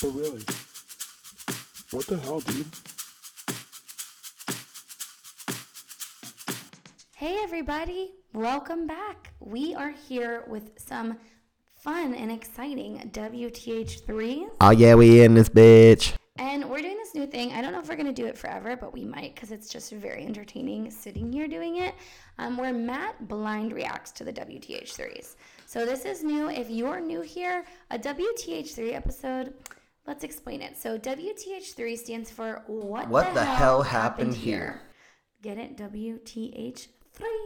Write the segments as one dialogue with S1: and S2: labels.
S1: But really, what the hell, dude?
S2: Hey, everybody, welcome back. We are here with some fun and exciting WTH3s,
S3: Oh yeah, we in this bitch.
S2: and we're doing this new thing. I don't know if we're going to do it forever, but we might because it's just very entertaining sitting here doing it. Um, where Matt blind reacts to the WTH3s. So, this is new. If you're new here, a WTH3 episode. Let's explain it. So WTH3 stands for what,
S3: What the hell happened here?
S2: Get it? WTH3.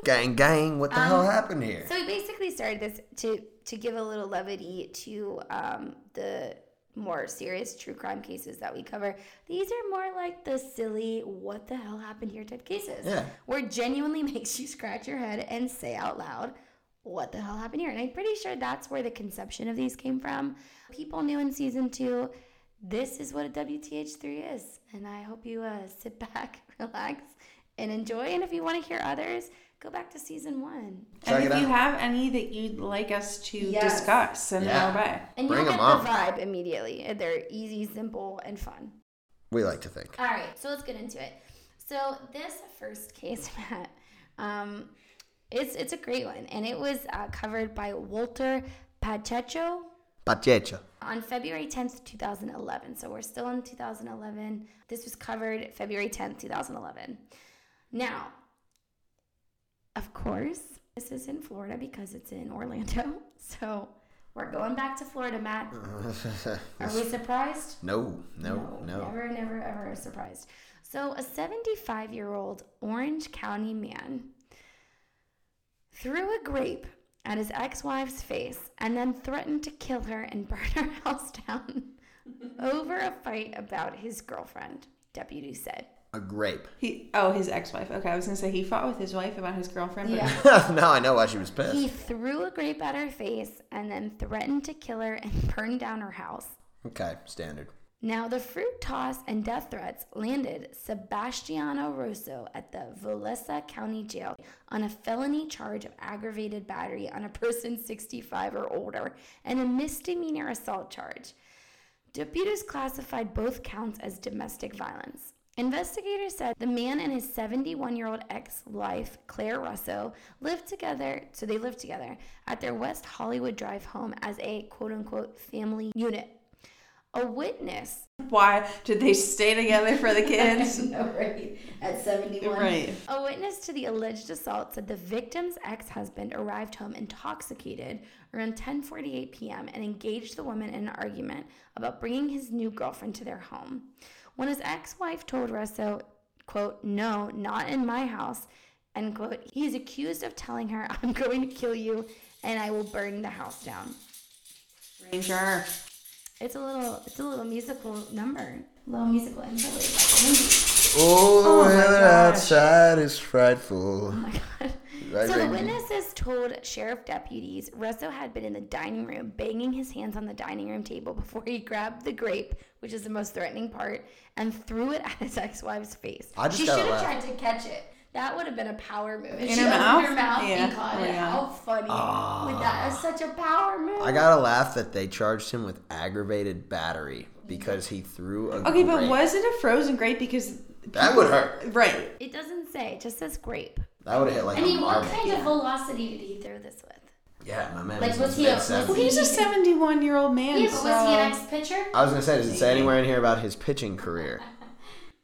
S3: Gang, gang. What the
S2: Um,
S3: hell happened here?
S2: So we basically started this to to give a little levity to um, the more serious true crime cases that we cover. These are more like the silly "what the hell happened here" type cases,
S3: Yeah.
S2: where it genuinely makes you scratch your head and say out loud, "What the hell happened here?" And I'm pretty sure that's where the conception of these came from. People knew in season two. This is what a WTH3 is, and I hope you uh, sit back, relax, and enjoy. And if you want to hear others, go back to season one.
S3: Check
S4: And if
S3: it
S4: you
S3: out.
S4: have any that you'd like us to
S2: Yes.
S4: discuss, send
S3: Yeah.
S4: them our way.
S2: And you
S3: Bring
S2: get
S3: 'em
S2: the
S3: on.
S2: vibe immediately. They're easy, simple, and fun.
S3: We like to think.
S2: All right, so let's get into it. So this first case, Matt, um, it's it's a great one, and it was uh, covered by Walter Pacheco
S3: Pachecha.
S2: on February 10th, 2011. So we're still in 2011. This was covered February 10th, 2011. Now, of course, this is in Florida because it's in Orlando. So we're going back to Florida, Matt. Are we surprised?
S3: no, no, no.
S2: Never, never, ever surprised. So, a 75 year old Orange County man threw a grape at his ex wife's face and then threatened to kill her and burn her house down over a fight about his girlfriend, deputies said.
S3: A grape.
S4: He, oh, his ex-wife. Okay, I was gonna say he fought with his wife about his girlfriend. but-
S3: now I know why she was
S2: He
S3: pissed.
S2: threw a grape at her face and then threatened to kill her and burn down her house.
S3: Okay, standard.
S2: Now, the fruit toss and death threats landed Sebastiano Rosso at the Volesa County Jail on a felony charge of aggravated battery on a person 65 or older and a misdemeanor assault charge. Deputies classified both counts as domestic violence. Investigators said the man and his 71 year old ex wife, Claire Russo, lived together, so they lived together, at their West Hollywood Drive home as a quote unquote family unit. A witness.
S4: Why did they stay together for the kids?
S2: right. At 71.
S4: Right.
S2: A witness to the alleged assault said the victim's ex husband arrived home intoxicated around 10:48 p.m. and engaged the woman in an argument about bringing his new girlfriend to their home. When his ex-wife told Russo, "quote No, not in my house," end quote, he is accused of telling her, "I'm going to kill you and I will burn the house down."
S4: Ranger.
S2: It's a little, it's a little musical number, little musical intro.
S3: Oh,
S4: my
S3: heaven
S4: gosh.
S3: outside is frightful.
S2: Oh my god.
S3: Right,
S2: so the
S3: Raven?
S2: witnesses told sheriff deputies Russo had been in the dining room banging his hands on the dining room table before he grabbed the grape, which is the most threatening part, and threw it at his ex-wife's face.
S3: I just
S2: she
S3: gotta
S2: should have
S3: laugh.
S2: tried to catch it. That would have been a power move. If
S4: In
S2: she
S4: her
S2: opened her
S4: mouth?
S2: mouth
S4: Yeah.
S2: and caught
S4: Oh my
S2: it.
S4: God.
S2: How funny would that? That's such a power move.
S3: Ah. I gotta laugh that they charged him with aggravated battery because he threw a
S4: Okay, but
S3: grape.
S4: was it a frozen grape? Because
S3: That would hurt.
S4: right.
S2: It doesn't say. It just says grape.
S3: That would have hit like
S2: I
S3: a
S2: mean, what
S3: marble.
S2: kind of velocity did he throw this with?
S3: Yeah, my man.
S2: Like,
S3: was,
S2: was he a- was
S3: mid-seventies.
S4: Well, he's a 71 year old man.
S2: Yeah, but was he an
S4: so-
S2: ex-pitcher?
S3: I was gonna say, does it say anywhere in here about his pitching career?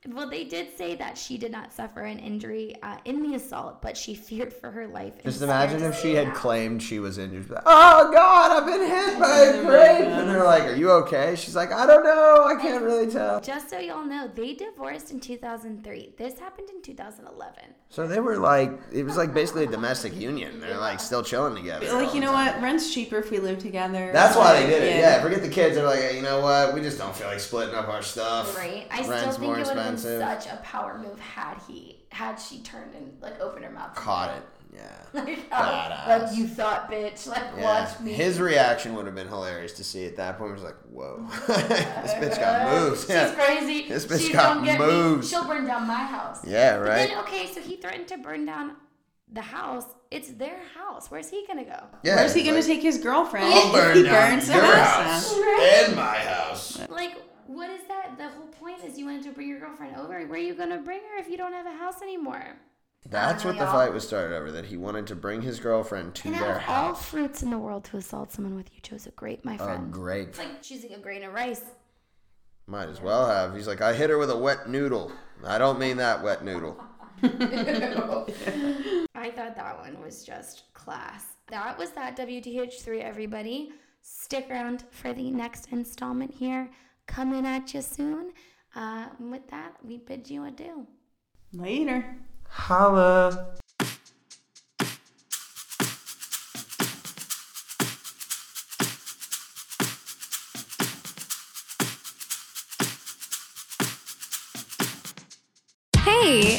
S2: Well, they did say that she did not suffer an injury uh, in the assault, but she feared for her life. and
S3: Just
S2: was
S3: imagine
S2: scared
S3: if
S2: to
S3: she
S2: say
S3: had
S2: that.
S3: claimed she was injured. She's like, oh God, I've been hit by a grape, and they're like, "Are you okay?" She's like, "I don't know. I can't really tell."
S2: Just so y'all know, they divorced in 2003. This happened in 2011.
S3: So they were like, it was like basically a domestic union. They're like still chilling together.
S4: Like,
S3: all
S4: you
S3: the
S4: know
S3: time.
S4: what? Rent's cheaper if we live together.
S3: That's why they did it. Yeah, forget the kids. They're like, hey, you know what? We just don't feel like splitting up our stuff.
S2: Right? I still
S3: Rent's
S2: think
S3: more
S2: it would have been
S3: expensive.
S2: such a power move had he had she turned and like opened her mouth.
S3: Caught it. Yeah.
S2: Like,
S3: Badass.
S2: oh, like you thought, bitch. Like
S3: Yeah.
S2: watch me.
S3: His reaction would have been hilarious to see at that point. He was like, whoa, this bitch got moves.
S2: She's
S3: Yeah.
S2: crazy.
S3: This bitch
S2: She's
S3: got
S2: gonna get me.
S3: moves.
S2: She'll burn down my house.
S3: Yeah,
S2: But
S3: right.
S2: then, okay, so he threatened to burn down the house. It's their house. Where's he gonna go?
S3: Yeah,
S4: Where's he
S3: he's
S4: going
S3: like,
S4: to take his girlfriend?
S3: I'll burn
S4: he
S3: down
S4: burns
S3: your
S4: her
S3: house
S4: house. down?
S2: Right?
S3: and my house.
S2: Like, what is that? The whole point is you wanted to bring your girlfriend over. Where are you gonna bring her if you don't have a house anymore?
S3: That's what the
S2: y'all.
S3: fight was started over. That he wanted to bring his girlfriend to
S2: And out
S3: their
S2: of all
S3: house. Oh,
S2: fruits in the world to assault someone with, you chose a grape, my
S3: A
S2: friend.
S3: grape.
S2: It's like choosing a grain of rice.
S3: Might as well have. He's like, I hit her with a wet noodle. I don't mean that wet noodle.
S2: I thought that one was just class. That was that WTH3, everybody. Stick around for the next installment here. Coming at you soon. Uh, and with that, we bid you adieu.
S4: Later.
S3: Holla.
S5: Hey,